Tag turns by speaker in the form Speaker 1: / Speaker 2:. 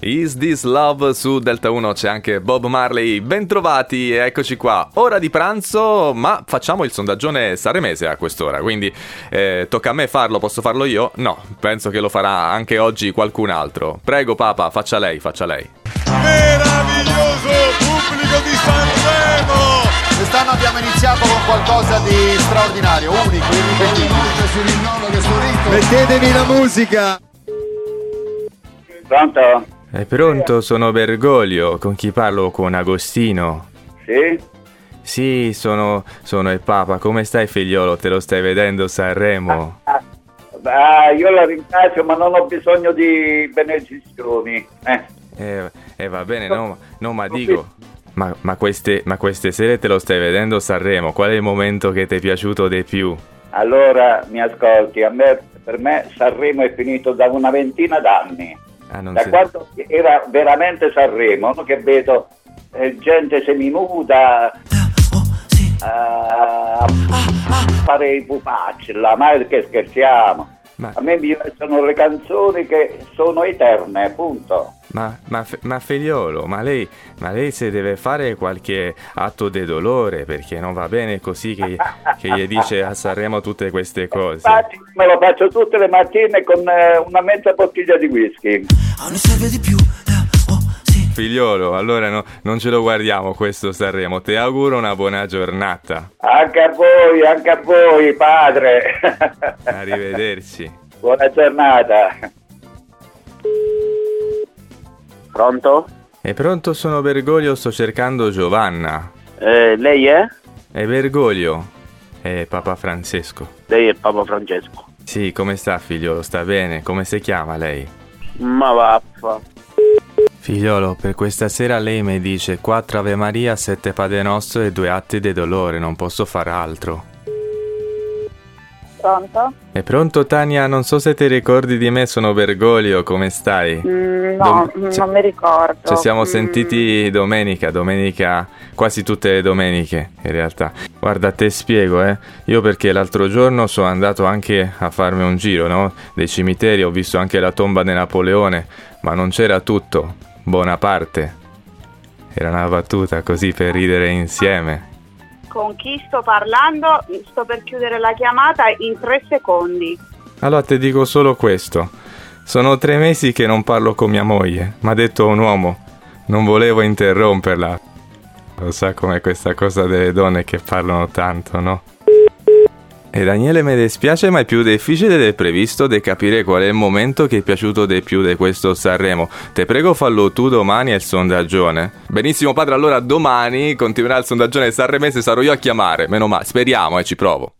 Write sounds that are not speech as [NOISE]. Speaker 1: Is This Love su Delta 1 c'è anche Bob Marley. Bentrovati, eccoci qua. Ora di pranzo, ma facciamo il sondaggione saremese a quest'ora, quindi eh, tocca a me farlo, posso farlo io? No, penso che lo farà anche oggi qualcun altro. Prego Papa, faccia lei, faccia lei.
Speaker 2: Meraviglioso pubblico di Sanremo!
Speaker 3: Quest'anno abbiamo iniziato con qualcosa di straordinario, unico, irripetibile.
Speaker 4: Mettetevi la musica!
Speaker 5: Pronto?
Speaker 1: È pronto, sono Bergoglio, con chi parlo? Con Agostino.
Speaker 5: Sì?
Speaker 1: Sì, sono, sono il Papa, come stai figliolo? Te lo stai vedendo Sanremo?
Speaker 5: Ah, io la ringrazio, ma non ho bisogno di benedizioni. Eh,
Speaker 1: Eh, eh, va bene, no, ma- no, ma dico... Ma, ma queste, ma queste sere te lo stai vedendo Sanremo? Qual è il momento che ti è piaciuto di più?
Speaker 5: Allora mi ascolti, a me, per me Sanremo è finito da una ventina d'anni.
Speaker 1: Ah, non
Speaker 5: Da
Speaker 1: si-
Speaker 5: quando era veramente Sanremo, no? che vedo eh, gente seminuda
Speaker 6: oh,
Speaker 5: eh, a fare i pupacci là, ma che scherziamo?
Speaker 1: Ma,
Speaker 5: A me mi piacciono le canzoni che sono eterne, punto.
Speaker 1: ma, ma f- ma figliolo, ma lei, ma lei se deve fare qualche atto di dolore perché non va bene così che, che gli dice a Sanremo tutte queste cose.
Speaker 5: Infatti me lo faccio tutte le mattine con eh, una mezza bottiglia di whisky.
Speaker 6: Ah, ne serve di più. Eh, oh, sì.
Speaker 1: Figliolo, allora no- non ce lo guardiamo questo Sanremo. Ti auguro una buona giornata.
Speaker 5: Anche a voi, anche a voi, padre. [LAUGHS]
Speaker 1: Arrivederci.
Speaker 5: Buona giornata.
Speaker 7: Pronto?
Speaker 1: E pronto sono Bergoglio, sto cercando Giovanna.
Speaker 7: Eh, lei è?
Speaker 1: E Bergoglio? È Papa Francesco.
Speaker 7: Lei è Papa Francesco.
Speaker 1: Sì, come sta figliolo? Sta bene? Come si chiama lei?
Speaker 7: Ma vaffa.
Speaker 1: Figliolo, per questa sera lei mi dice 4 Ave Maria, 7 Padre Nostro e due atti di dolore, non posso far altro.
Speaker 8: Pronto?
Speaker 1: E pronto Tania, non so se ti ricordi di me, sono Bergoglio, come stai? Dom-
Speaker 8: Mm,
Speaker 1: cioè
Speaker 8: no, mm,
Speaker 1: ci-
Speaker 8: non mi ricordo.
Speaker 1: Ci siamo
Speaker 8: Mm,
Speaker 1: sentiti domenica, domenica, quasi tutte le domeniche in realtà. Guarda, te spiego, eh. Io perché l'altro giorno sono andato anche a farmi un giro, no? Dei cimiteri, ho visto anche la tomba di Napoleone, ma non c'era tutto, buona parte. Era una battuta così per ridere insieme.
Speaker 8: Con chi sto parlando? Sto per chiudere la chiamata in tre secondi.
Speaker 1: Allora ti dico solo questo. Sono tre mesi che non parlo con mia moglie, mi ha detto un uomo. Non volevo interromperla. Lo sa com'è questa cosa delle donne che parlano tanto, no? E Daniele mi dispiace, ma è più difficile del previsto di capire qual è il momento che è piaciuto di più di questo Sanremo. Te prego fallo tu domani al sondaggione. Benissimo padre, allora domani continuerà il sondaggione sanremese, sarò io a chiamare, meno male, speriamo e ci provo.